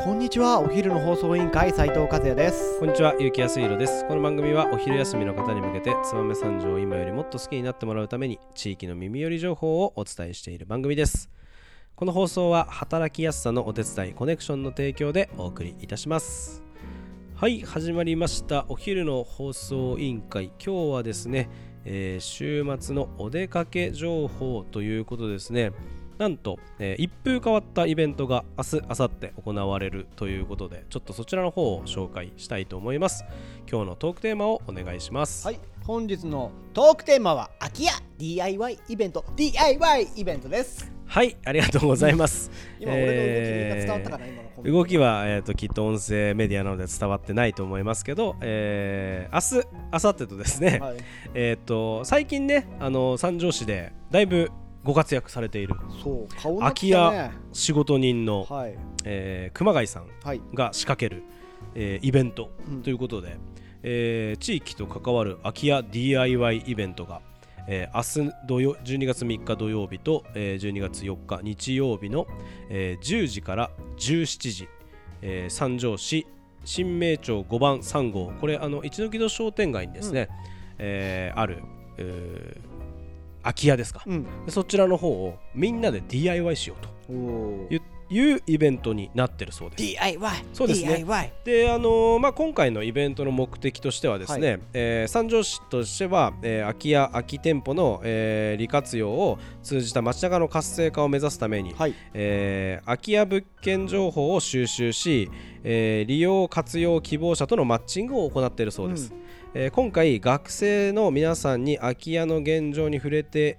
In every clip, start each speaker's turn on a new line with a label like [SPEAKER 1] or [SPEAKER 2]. [SPEAKER 1] こんにちはお昼の放送委員会斉藤和也です
[SPEAKER 2] こんにちは、ゆうきやすいろです。この番組はお昼休みの方に向けて、つばめ三条を今よりもっと好きになってもらうために、地域の耳寄り情報をお伝えしている番組です。この放送は、働きやすさのお手伝い、コネクションの提供でお送りいたします。はい、始まりました。お昼の放送委員会。今日はですね、えー週末のお出かけ情報ということですね。なんと、えー一風変わったイベントが明日、明後日行われるということで、ちょっとそちらの方を紹介したいと思います。今日のトークテーマをお願いします。
[SPEAKER 1] はい本日のトークテーマは空き家 DIY イベント DIY イベントです
[SPEAKER 2] はい、ありがとうございます。
[SPEAKER 1] 今俺の動きが伝わったかな、今のコメント
[SPEAKER 2] 動きは、えー、ときっと音声メディアなので伝わってないと思いますけど、えー、明日、明後日とですね、
[SPEAKER 1] はい
[SPEAKER 2] えー、と最近ねあの三条市でだいぶご活躍されている
[SPEAKER 1] そう顔にな
[SPEAKER 2] 空
[SPEAKER 1] って
[SPEAKER 2] き
[SPEAKER 1] きた
[SPEAKER 2] 家
[SPEAKER 1] ね
[SPEAKER 2] 仕事人の、
[SPEAKER 1] はい
[SPEAKER 2] えー熊谷さん
[SPEAKER 1] はい
[SPEAKER 2] が仕掛ける、えーイベント
[SPEAKER 1] うん
[SPEAKER 2] ということで、えー地域と関わる空き家 DIY イベントが、えー明日土曜12月3日土曜日と、えー12月4日日曜日の、えー10時から17時、えー三条市新名町5番3号これあの一ノ木戸商店街にですね、えーある、えー空き家ですか、
[SPEAKER 1] うん
[SPEAKER 2] でそちらの方をみんなで DIY しようと
[SPEAKER 1] おー
[SPEAKER 2] いういうイベントになってるそうです。
[SPEAKER 1] DIY
[SPEAKER 2] そうですね
[SPEAKER 1] DIY
[SPEAKER 2] であのーまあ、今回のイベントの目的としてはですね、えー三条市としては、えー空き家空き店舗の、えー利活用を通じた街中の活性化を目指すために、
[SPEAKER 1] はい
[SPEAKER 2] えー空き家物件情報を収集し、えー利用活用希望者とのマッチングを行っているそうです、えー今回学生の皆さんに空き家の現状に触れて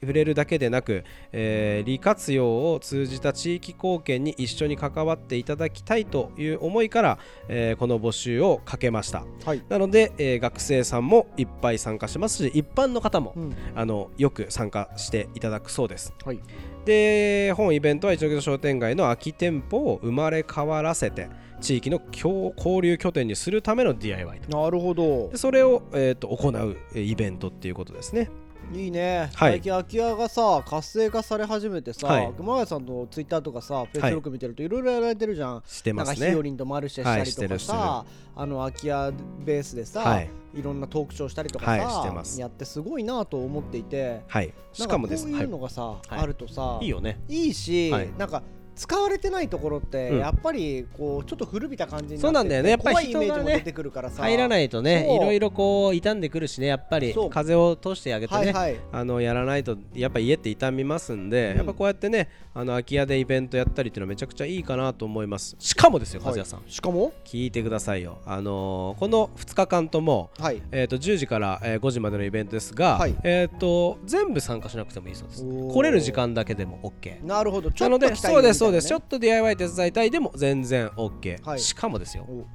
[SPEAKER 2] 触れるだけでなく、えー利活用を通じた地域貢献に一緒に関わっていただきたいという思いから、えーこの募集をかけました
[SPEAKER 1] はい
[SPEAKER 2] なので、えー学生さんもいっぱい参加しますし一般の方も、
[SPEAKER 1] うん
[SPEAKER 2] あのよく参加していただくそうです
[SPEAKER 1] はい
[SPEAKER 2] で本イベントは一ノ木戸商店街の空き店舗を生まれ変わらせて地域の共交流拠点にするための DIY と
[SPEAKER 1] なるほど
[SPEAKER 2] でそれを、えー、と行うえーイベントっていうことですね
[SPEAKER 1] いいね、
[SPEAKER 2] はい
[SPEAKER 1] 最近空き家がさ活性化され始めてさ、
[SPEAKER 2] はい
[SPEAKER 1] 熊谷さんのツイッターとかさフェイスブック見てるといろいろやられてるじゃん、
[SPEAKER 2] して
[SPEAKER 1] な
[SPEAKER 2] ま
[SPEAKER 1] んか
[SPEAKER 2] す
[SPEAKER 1] ひ
[SPEAKER 2] ね
[SPEAKER 1] よりんとマルシェした
[SPEAKER 2] はい
[SPEAKER 1] り
[SPEAKER 2] して
[SPEAKER 1] とか
[SPEAKER 2] る
[SPEAKER 1] さ、あの空き家ベースでさ、
[SPEAKER 2] はい
[SPEAKER 1] い、ろんなトークショーしたりとか
[SPEAKER 2] はい
[SPEAKER 1] さ、
[SPEAKER 2] してます
[SPEAKER 1] やってすごいなと思っていて
[SPEAKER 2] はいしかもです
[SPEAKER 1] なんかこういう
[SPEAKER 2] は
[SPEAKER 1] のがさ、
[SPEAKER 2] い
[SPEAKER 1] あるとさ
[SPEAKER 2] い、いいよね
[SPEAKER 1] いいし、
[SPEAKER 2] はい
[SPEAKER 1] なんか使われてないところって、
[SPEAKER 2] うん
[SPEAKER 1] やっぱりこうちょっと古びた感じになって
[SPEAKER 2] そうなんだよねやっぱり
[SPEAKER 1] 怖いイメージ
[SPEAKER 2] 人
[SPEAKER 1] も
[SPEAKER 2] がね
[SPEAKER 1] 出てくるからさ、
[SPEAKER 2] 入らないとね
[SPEAKER 1] そう
[SPEAKER 2] いろいろこう傷んでくるしねやっぱり
[SPEAKER 1] そう
[SPEAKER 2] 風を通してあげてね、
[SPEAKER 1] はいはい
[SPEAKER 2] あのやらないとやっぱ家って傷みますんで、
[SPEAKER 1] うん
[SPEAKER 2] やっぱこうやってねあの空き家でイベントやったりっていうのはめちゃくちゃいいかなと思いますしかもですよ和也さん、
[SPEAKER 1] はいしかも
[SPEAKER 2] 聞いてくださいよあのーこの2日間とも
[SPEAKER 1] はい
[SPEAKER 2] えー、と10時から、えー5時までのイベントですが、
[SPEAKER 1] はい
[SPEAKER 2] えー、と全部参加しなくてもいいそうです
[SPEAKER 1] おー
[SPEAKER 2] 来れる時間だけでも OK
[SPEAKER 1] なるほどちょ
[SPEAKER 2] な
[SPEAKER 1] っと
[SPEAKER 2] の
[SPEAKER 1] 期
[SPEAKER 2] で
[SPEAKER 1] 待
[SPEAKER 2] そうですそうです
[SPEAKER 1] み
[SPEAKER 2] ち
[SPEAKER 1] たい
[SPEAKER 2] ょっと DIY 手伝いたいでも全然 OK、
[SPEAKER 1] はい
[SPEAKER 2] しかもですよ
[SPEAKER 1] なね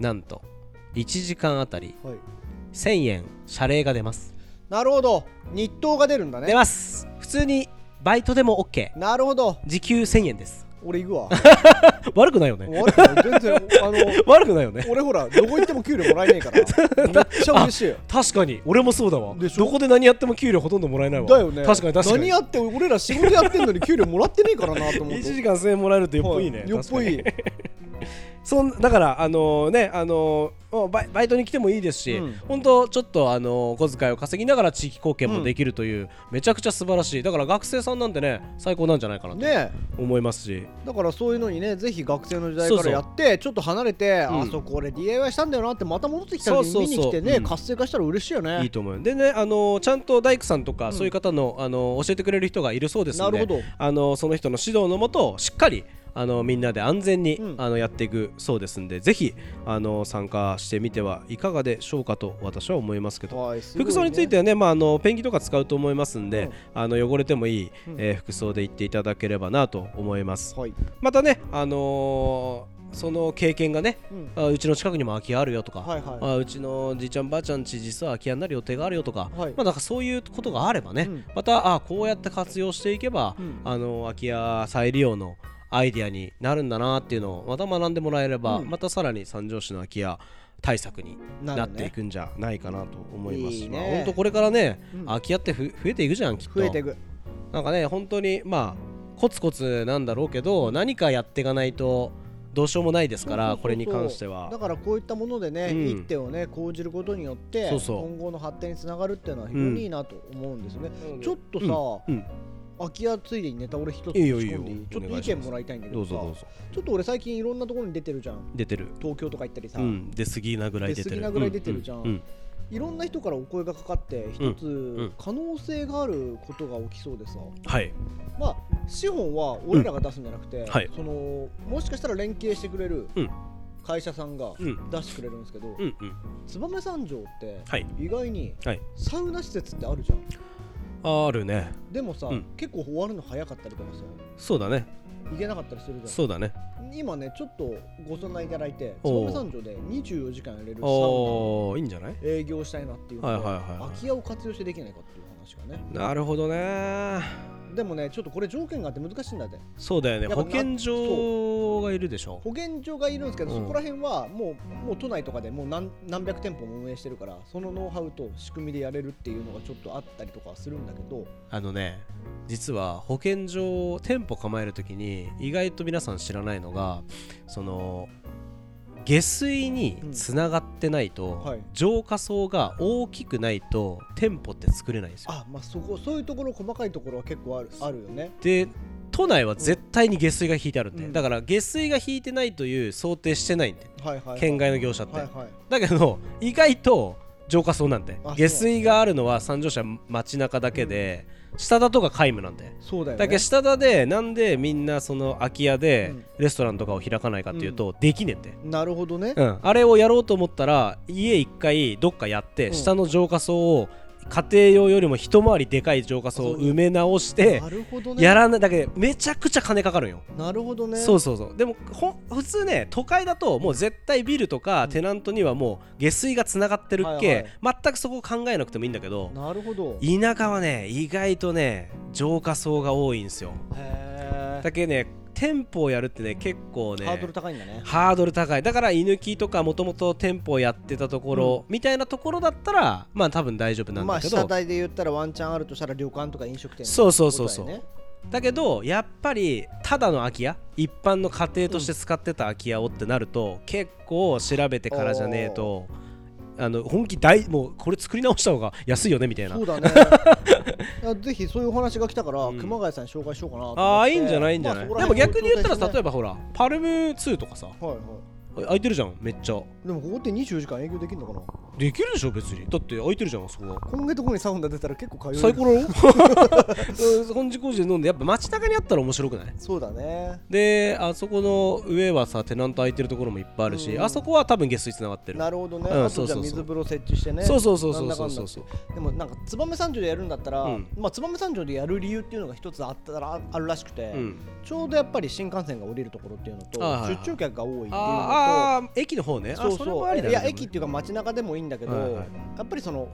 [SPEAKER 2] なんと1時間あたり
[SPEAKER 1] おはい
[SPEAKER 2] 1000円謝礼が出ます、
[SPEAKER 1] なるほど日当が出るんだ
[SPEAKER 2] 出
[SPEAKER 1] ね
[SPEAKER 2] ます普通にバイトでも OK
[SPEAKER 1] なるほど
[SPEAKER 2] 時給1000円です
[SPEAKER 1] 俺行くわ
[SPEAKER 2] 悪くないよね
[SPEAKER 1] 悪くない全然 あの
[SPEAKER 2] 悪くないよね
[SPEAKER 1] 俺ほらどこ行っても給料もらえねえからめっちゃ嬉しいよ
[SPEAKER 2] 確かに俺もそうだわ
[SPEAKER 1] でしょ
[SPEAKER 2] どこで何やっても給料ほとんどもらえないわ
[SPEAKER 1] だよね
[SPEAKER 2] 確かに確かに
[SPEAKER 1] 何やって俺ら仕事やってんのに給料もらってねえからなと 思っ
[SPEAKER 2] 1
[SPEAKER 1] て
[SPEAKER 2] 時間1000円もらえるとよっぽいいね、
[SPEAKER 1] はよっぽ
[SPEAKER 2] 確かに
[SPEAKER 1] い
[SPEAKER 2] そんだからあのねあのもうバイバイトに来てもいいですし、
[SPEAKER 1] うん
[SPEAKER 2] 本当ちょっとあの小遣いを稼ぎながら地域貢献もできるという、めちゃくちゃ素晴らしいだから学生さんなんてね最高なんじゃないかなと
[SPEAKER 1] ね
[SPEAKER 2] 思いますし
[SPEAKER 1] えだからそういうのにねぜひ学生の時代
[SPEAKER 2] そう
[SPEAKER 1] か
[SPEAKER 2] そう
[SPEAKER 1] らやってちょっと離れて
[SPEAKER 2] うん
[SPEAKER 1] あそこ俺 DIY したんだよなってまた戻ってきたのに
[SPEAKER 2] そうそう
[SPEAKER 1] 見
[SPEAKER 2] そう
[SPEAKER 1] に来てね
[SPEAKER 2] うん
[SPEAKER 1] 活性化したら嬉しいよ
[SPEAKER 2] いい
[SPEAKER 1] ね
[SPEAKER 2] と思うでねあのちゃんと大工さんとかそういう方の,、あの教えてくれる人がいるそうですので
[SPEAKER 1] なるほど
[SPEAKER 2] あのその人の指導のもとしっかりあのみんなで安全に、
[SPEAKER 1] うん
[SPEAKER 2] あのやっていくそうですんでぜひあの参加してみてはいかがでしょうかと私は思いますけど
[SPEAKER 1] はいすごいね
[SPEAKER 2] 服装についてはね、まあ、あのペンキとか使うと思いますんで、
[SPEAKER 1] うん
[SPEAKER 2] あの汚れてもいい、
[SPEAKER 1] うん
[SPEAKER 2] えー服装で行っていただければなと思います、
[SPEAKER 1] はい
[SPEAKER 2] またね、あのーその経験がね
[SPEAKER 1] うん
[SPEAKER 2] あうちの近くにも空き家あるよとか、
[SPEAKER 1] はいはい
[SPEAKER 2] あうちのじいちゃんばあちゃんち実は空き家になる予定があるよとか、
[SPEAKER 1] はい
[SPEAKER 2] まあ、なんかそういうことがあればね、
[SPEAKER 1] うん
[SPEAKER 2] またあこうやって活用していけば、
[SPEAKER 1] うん
[SPEAKER 2] あの空き家再利用のアイディアになるんだなっていうのをまた学んでもらえれば、
[SPEAKER 1] うん
[SPEAKER 2] またさらに三条市の空き家対策に
[SPEAKER 1] なるね
[SPEAKER 2] なっていくんじゃないかなと思いますし
[SPEAKER 1] いい
[SPEAKER 2] ま
[SPEAKER 1] ね
[SPEAKER 2] あ本当これからね、
[SPEAKER 1] うん
[SPEAKER 2] 空き家ってふ増えていくじゃんきっと
[SPEAKER 1] 増えていく
[SPEAKER 2] なんかね本当にまあコツコツなんだろうけど何かやっていかないとどうしようもないですからこれに関して
[SPEAKER 1] だ
[SPEAKER 2] は
[SPEAKER 1] からこういったものでね、
[SPEAKER 2] うん
[SPEAKER 1] 一手をね講じることによって
[SPEAKER 2] そうそう
[SPEAKER 1] 今後の発展につながるっていうのは非常にいいなと思うんですよね、ちょっとさ、
[SPEAKER 2] うん
[SPEAKER 1] 空き家ついでにネタ俺一つ
[SPEAKER 2] いいよ
[SPEAKER 1] 仕込んでい
[SPEAKER 2] いいよ
[SPEAKER 1] いちょっ
[SPEAKER 2] お
[SPEAKER 1] と
[SPEAKER 2] 願
[SPEAKER 1] 意
[SPEAKER 2] いし
[SPEAKER 1] 見
[SPEAKER 2] ます
[SPEAKER 1] もらいたいんだけ
[SPEAKER 2] ど
[SPEAKER 1] ど
[SPEAKER 2] う
[SPEAKER 1] さ
[SPEAKER 2] ぞどうぞ
[SPEAKER 1] ちょっと俺最近いろんなところに出てるじゃん
[SPEAKER 2] 出てる
[SPEAKER 1] 東京とか行ったりさ、
[SPEAKER 2] うん出過ぎなぐらい出
[SPEAKER 1] 出
[SPEAKER 2] てる
[SPEAKER 1] 過ぎなぐらい出てるじゃん
[SPEAKER 2] ううん
[SPEAKER 1] いろんな人からお声がかかって一つ、
[SPEAKER 2] ん
[SPEAKER 1] 可能性があることが起きそうでさ
[SPEAKER 2] はい
[SPEAKER 1] まあ資本は俺らが出すんじゃなくて、
[SPEAKER 2] んはい
[SPEAKER 1] そのもしかしたら連携してくれる
[SPEAKER 2] うん
[SPEAKER 1] 会社さんが
[SPEAKER 2] うん
[SPEAKER 1] 出してくれるんですけど、
[SPEAKER 2] うんうん
[SPEAKER 1] 燕三条って
[SPEAKER 2] はい
[SPEAKER 1] 意外に
[SPEAKER 2] はい
[SPEAKER 1] サウナ施設ってあるじゃん
[SPEAKER 2] あるね
[SPEAKER 1] でもさ、
[SPEAKER 2] うん
[SPEAKER 1] 結構終わるの早かったりとかさ
[SPEAKER 2] そうだね
[SPEAKER 1] 行けなかったりするじ
[SPEAKER 2] そうだね
[SPEAKER 1] ゃん今ねちょっとご相談いただいて
[SPEAKER 2] お
[SPEAKER 1] 燕
[SPEAKER 2] う
[SPEAKER 1] 三条で24時間やれるサウ
[SPEAKER 2] おーいいんじゃない
[SPEAKER 1] ナ営業したいなっていうので、
[SPEAKER 2] はいはいはいはい
[SPEAKER 1] 空き家を活用してできないかっていう話がね
[SPEAKER 2] なるほどね
[SPEAKER 1] でもねちょっとこれ条件があって難しいんだって
[SPEAKER 2] そうだよ
[SPEAKER 1] や
[SPEAKER 2] ね
[SPEAKER 1] っ
[SPEAKER 2] 保
[SPEAKER 1] ぱ
[SPEAKER 2] 健所がいるでしょ
[SPEAKER 1] 保健所がいるんですけど、
[SPEAKER 2] うん
[SPEAKER 1] そこら辺はもうもう都内とかでもう何何百店舗も運営してるからそのノウハウと仕組みでやれるっていうのがちょっとあったりとかはするんだけど
[SPEAKER 2] あのね実は保健所店舗構える時に意外と皆さん知らないのがその下水につながってないと、
[SPEAKER 1] うんはい
[SPEAKER 2] 浄化層が大きくないと店舗って作れないんですよ
[SPEAKER 1] あまあそこそういうところ細かいところは結構あるあるよね
[SPEAKER 2] で都内は絶対に下水が引いてあるんで、
[SPEAKER 1] うん
[SPEAKER 2] だから下水が引いてないという想定してないんで
[SPEAKER 1] はいはい、はい、
[SPEAKER 2] 県外の業者って、
[SPEAKER 1] はいはい
[SPEAKER 2] だけど意外と浄化層なんて
[SPEAKER 1] あ
[SPEAKER 2] 下水があるのは三条市は街中だけで下田とか皆無なんで
[SPEAKER 1] そうだよね
[SPEAKER 2] だけど下田でなんでみんなその空き家で
[SPEAKER 1] うん
[SPEAKER 2] レストランとかを開かないかっていうとできねえって、
[SPEAKER 1] なるほどね、
[SPEAKER 2] うん、あれをやろうと思ったら家一回どっかやって
[SPEAKER 1] うん
[SPEAKER 2] 下の浄化層を家庭用よりも一回りでかい浄化層を埋め直して
[SPEAKER 1] なるほどね
[SPEAKER 2] やらないだけでめちゃくちゃ金かかるんよ
[SPEAKER 1] なるほどね
[SPEAKER 2] そうそうそうでもほん普通ね都会だともう絶対ビルとか
[SPEAKER 1] ん
[SPEAKER 2] テナントにはもう下水がつながってるっけ、
[SPEAKER 1] はい
[SPEAKER 2] 全くそこ考えなくてもいいんだけど
[SPEAKER 1] なるほど
[SPEAKER 2] 田舎はね意外とね浄化層が多いんですよ
[SPEAKER 1] へー
[SPEAKER 2] だけね店舗をやるってね結構ね
[SPEAKER 1] ハードル高いんだね
[SPEAKER 2] ハードル高いだから居抜きとかもともと店舗をやってたところ、みたいなところだったらまあ多分大丈夫なん
[SPEAKER 1] まあ
[SPEAKER 2] だけど、
[SPEAKER 1] 下台で言ったらワンチャンあるとしたら旅館とか飲食店
[SPEAKER 2] そうそうそうそう
[SPEAKER 1] とかだよね
[SPEAKER 2] だけどやっぱりただの空き家一般の家庭として使ってた空き家をってなると、結構調べてからじゃねえとあの本気大もうこれ作り直した方が安いよねみたいな
[SPEAKER 1] そうだね あぜひそういうお話が来たから、
[SPEAKER 2] うん
[SPEAKER 1] 熊谷さんに紹介しようかなと思って
[SPEAKER 2] ああいいんじゃないいいんじゃない、でも逆に言ったら例
[SPEAKER 1] ば
[SPEAKER 2] えばほらパルム2とかさ
[SPEAKER 1] はいは
[SPEAKER 2] 空いてるじゃんめっちゃ
[SPEAKER 1] いでもここって24時間営業できるのかな
[SPEAKER 2] できるでしょ別にだって空いてるじゃんあそこは
[SPEAKER 1] こんなところにサウナ出たら結構通える
[SPEAKER 2] 最高だ ろ本日工事で飲んでやっぱ街中にあったら面白くない
[SPEAKER 1] そうだね
[SPEAKER 2] であそこの上はさテナント空いてるところもいっぱいあるし、
[SPEAKER 1] うん
[SPEAKER 2] あそこは多分下水つながってる
[SPEAKER 1] なるほどね、
[SPEAKER 2] うん
[SPEAKER 1] あとじゃあ
[SPEAKER 2] そうそうそう
[SPEAKER 1] 水風呂設置してね
[SPEAKER 2] そうそうそうそうそうそうそう
[SPEAKER 1] でもなんか燕三条でやるんだったら、
[SPEAKER 2] うん
[SPEAKER 1] まあ燕三条でやる理由っていうのが一つあったらあるらしくて、
[SPEAKER 2] うん
[SPEAKER 1] ちょうどやっぱり新幹線が降りるところっていうのと、
[SPEAKER 2] はいはいはい
[SPEAKER 1] 出張客が多いっていうのと
[SPEAKER 2] あーあー駅の方ねあ
[SPEAKER 1] そう
[SPEAKER 2] れ
[SPEAKER 1] そ
[SPEAKER 2] も
[SPEAKER 1] う
[SPEAKER 2] ありだ
[SPEAKER 1] い
[SPEAKER 2] ね
[SPEAKER 1] や
[SPEAKER 2] でもね
[SPEAKER 1] 駅っていうか街中でもいいんだけど、
[SPEAKER 2] はいはい
[SPEAKER 1] やっぱりその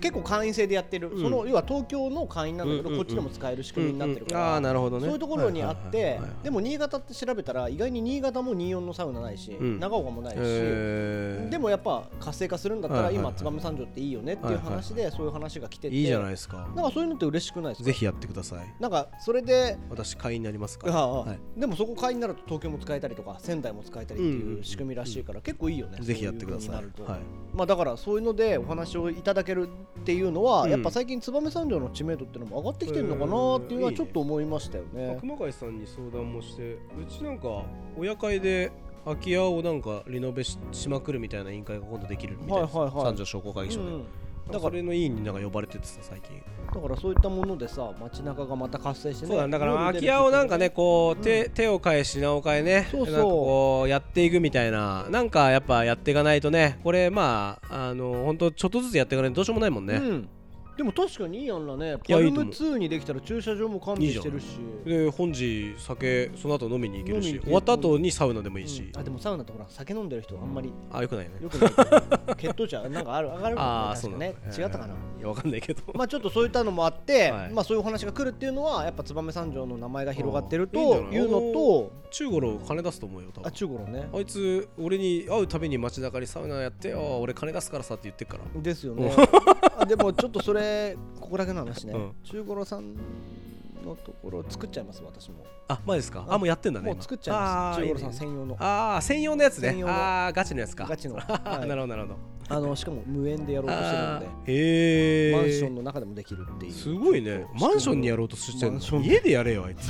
[SPEAKER 1] 結構会員制でやってる、
[SPEAKER 2] うん
[SPEAKER 1] その要は東京の会員なんだけど、
[SPEAKER 2] うんうんうん
[SPEAKER 1] こっちでも使える仕組みになってるから、
[SPEAKER 2] うんうんああなるほどね
[SPEAKER 1] そういうところにあって、
[SPEAKER 2] はいはいはいはい
[SPEAKER 1] でも新潟って調べたら意外に新潟も24のサウナないし、
[SPEAKER 2] うん
[SPEAKER 1] 長岡もないし、
[SPEAKER 2] へー
[SPEAKER 1] でもやっぱ活性化するんだったら、
[SPEAKER 2] はいはいはい
[SPEAKER 1] 今燕三条っていいよねっていう話で、そういう話が来てて
[SPEAKER 2] いいじゃないですか
[SPEAKER 1] なんかそういうのって嬉しくないですか
[SPEAKER 2] ぜひやってください
[SPEAKER 1] なんかそれで
[SPEAKER 2] 私会員になりますか
[SPEAKER 1] あ
[SPEAKER 2] ら
[SPEAKER 1] あああ
[SPEAKER 2] はい
[SPEAKER 1] でもそこ会員になると東京も使えたりとか仙台も使えたりっていう仕組みらしいから結構いいよね、
[SPEAKER 2] ぜひやってくだ
[SPEAKER 1] そう
[SPEAKER 2] さ
[SPEAKER 1] う風
[SPEAKER 2] い
[SPEAKER 1] になると
[SPEAKER 2] はい
[SPEAKER 1] まあだからそういうのでお話をいただけるっていうのは、
[SPEAKER 2] うん
[SPEAKER 1] やっぱ最近燕三条の知名度っていうのも上がってきてるのかなっていうのはちょっと思いましたよね。
[SPEAKER 2] まあ熊谷さんに相談もしてうちなんか親会で空き家をなんかリノベししまくるみたいな委員会が今度できるみたいな、
[SPEAKER 1] はいはいはい
[SPEAKER 2] 三条商工会議所で、
[SPEAKER 1] うん
[SPEAKER 2] だ
[SPEAKER 1] だか
[SPEAKER 2] からそ
[SPEAKER 1] ら
[SPEAKER 2] れの委員になんか呼ばれててさ最近、
[SPEAKER 1] だからそういったものでさ街中がまた活性してね
[SPEAKER 2] そうだねだから空き家をなんかねこう手,、
[SPEAKER 1] う
[SPEAKER 2] 手を変え品を変えね
[SPEAKER 1] そうそう
[SPEAKER 2] なんかこうやっていくみたいななんかやっぱやっていかないとねこれまああの本当ちょっとずつやっていかないとどうしようもないもんね、
[SPEAKER 1] うん、でも確かにいいやんらね
[SPEAKER 2] い
[SPEAKER 1] パ
[SPEAKER 2] やい
[SPEAKER 1] ル
[SPEAKER 2] いと
[SPEAKER 1] ム
[SPEAKER 2] 思う
[SPEAKER 1] 2にできたら駐車場も完備してるし
[SPEAKER 2] で本時酒その後飲みに行ける
[SPEAKER 1] 飲みに
[SPEAKER 2] し
[SPEAKER 1] 行ける
[SPEAKER 2] 終わった後にサウナでもいいし、
[SPEAKER 1] うんあでもサウナってほら酒飲んでる人はあんまり
[SPEAKER 2] あよくないね
[SPEAKER 1] よくない から血糖値はなんかある上がる
[SPEAKER 2] あ
[SPEAKER 1] か
[SPEAKER 2] あ
[SPEAKER 1] ら
[SPEAKER 2] そうなんだ
[SPEAKER 1] ね確かね違ったかな、
[SPEAKER 2] いやわかんないけど
[SPEAKER 1] まあちょっとそういったのもあって、
[SPEAKER 2] はい
[SPEAKER 1] まあそういうお話が来るっていうのはやっぱ燕三条の名前が広がってると
[SPEAKER 2] ああいいんじゃ
[SPEAKER 1] い
[SPEAKER 2] ない
[SPEAKER 1] うのと
[SPEAKER 2] 中五郎金出すと思うよ多
[SPEAKER 1] あ
[SPEAKER 2] 分
[SPEAKER 1] 中五郎ね
[SPEAKER 2] あいつ俺に会うたびに街中にサウナやってよ俺金出すからさって言ってっから
[SPEAKER 1] ですよねあでもちょっとそれここだけの話ね、
[SPEAKER 2] うん
[SPEAKER 1] 中五郎さんのところを作っちゃいます私も
[SPEAKER 2] あまあですかあもうやってんだね
[SPEAKER 1] もう作っちゃいます中五
[SPEAKER 2] 今
[SPEAKER 1] 郎さん専用の
[SPEAKER 2] あー専用のやつね
[SPEAKER 1] 専用の
[SPEAKER 2] あーガチのやつか
[SPEAKER 1] ガチの
[SPEAKER 2] あ
[SPEAKER 1] は
[SPEAKER 2] ー
[SPEAKER 1] い
[SPEAKER 2] なるほどなるほど
[SPEAKER 1] あのしかも無縁でやろうとしてるので
[SPEAKER 2] あーへえ
[SPEAKER 1] マンションの中でもできるっていう
[SPEAKER 2] すごいねマンションにやろうとしてる
[SPEAKER 1] マ
[SPEAKER 2] の
[SPEAKER 1] ンション
[SPEAKER 2] 家でやれよあいつ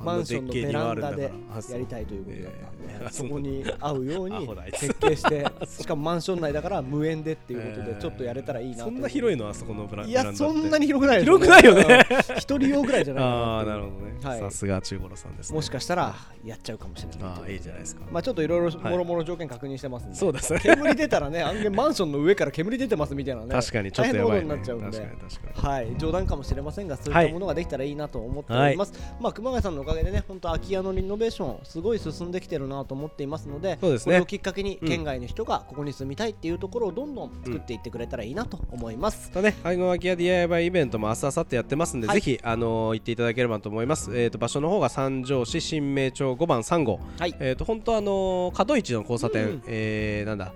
[SPEAKER 1] マンションのベランダで
[SPEAKER 2] あそう
[SPEAKER 1] やりたいということだったんで、
[SPEAKER 2] え えあそ
[SPEAKER 1] そうこに合うよう
[SPEAKER 2] ア
[SPEAKER 1] に
[SPEAKER 2] ホだあいつ
[SPEAKER 1] 設計してしかもマンション内だから無縁でっていうこと
[SPEAKER 2] え
[SPEAKER 1] で
[SPEAKER 2] ー
[SPEAKER 1] ちょっとやれたらいいなと
[SPEAKER 2] そんな広い
[SPEAKER 1] い
[SPEAKER 2] のあそこのブラ
[SPEAKER 1] い
[SPEAKER 2] ベラン
[SPEAKER 1] や
[SPEAKER 2] ダって
[SPEAKER 1] そんなに広くないです
[SPEAKER 2] 広くないよね
[SPEAKER 1] うん一人用ぐらいじゃないか
[SPEAKER 2] ああー
[SPEAKER 1] な
[SPEAKER 2] な
[SPEAKER 1] っ
[SPEAKER 2] る
[SPEAKER 1] て
[SPEAKER 2] ほどね
[SPEAKER 1] はい
[SPEAKER 2] さすが中五郎さんですね
[SPEAKER 1] もしかしたらやっちゃうかもしれない
[SPEAKER 2] ああいいじゃないですか
[SPEAKER 1] まあちょっといろいろ
[SPEAKER 2] はい
[SPEAKER 1] もろもろ条件確認してますんで、
[SPEAKER 2] そうですね
[SPEAKER 1] 煙出たら ね、あんげマンションの上から煙出てますみたいなね、
[SPEAKER 2] 確かにちょっとやばい
[SPEAKER 1] 大
[SPEAKER 2] ね
[SPEAKER 1] 変なことになっちゃうんで、
[SPEAKER 2] 確かに確かに
[SPEAKER 1] はい、冗談かもしれませんが、そう
[SPEAKER 2] は
[SPEAKER 1] っ
[SPEAKER 2] いい
[SPEAKER 1] たものができたらいいなと思っております。まあ、熊谷さんのおかげでね、本当、空き家のリノベーション、すごい進んできてるなと思っていますので、
[SPEAKER 2] そうです
[SPEAKER 1] こ
[SPEAKER 2] ね
[SPEAKER 1] れをきっかけに、
[SPEAKER 2] うん
[SPEAKER 1] 県外の人がここに住みたいっていうところをどんどん作っていってくれたらいいなと思います。
[SPEAKER 2] とね、愛護空き家 DIY イベントも明日明後日やってますんで、
[SPEAKER 1] はい
[SPEAKER 2] ぜひ、あのー行っていただければと思います、えー、と場所の方が三条市新名町5番3号、
[SPEAKER 1] はい、
[SPEAKER 2] えー、と本当、あのー角市の交差点、
[SPEAKER 1] うん
[SPEAKER 2] えーなんだ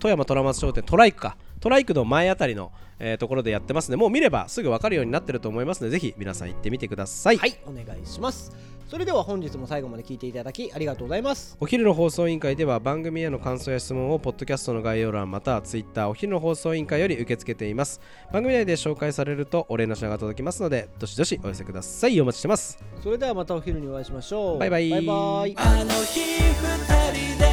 [SPEAKER 2] 富山虎松商店トライクかトライクの前あたりの、えーところでやってますんでもう見ればすぐ分かるようになってると思いますのでぜひ皆さん行ってみてください、
[SPEAKER 1] はい、お願いします。それでは本日も最後まで聞いていただきありがとうございます。
[SPEAKER 2] お昼の放送委員会では番組への感想や質問をポッドキャストの概要欄またはツイッターお昼の放送委員会より受け付けています番組内で紹介されるとお礼の品が届きますのでどしどしお寄せくださいお待ちしてます
[SPEAKER 1] それではまたお昼にお会いしましょう。
[SPEAKER 2] バイバイ
[SPEAKER 1] バイバイ
[SPEAKER 3] あの日二人で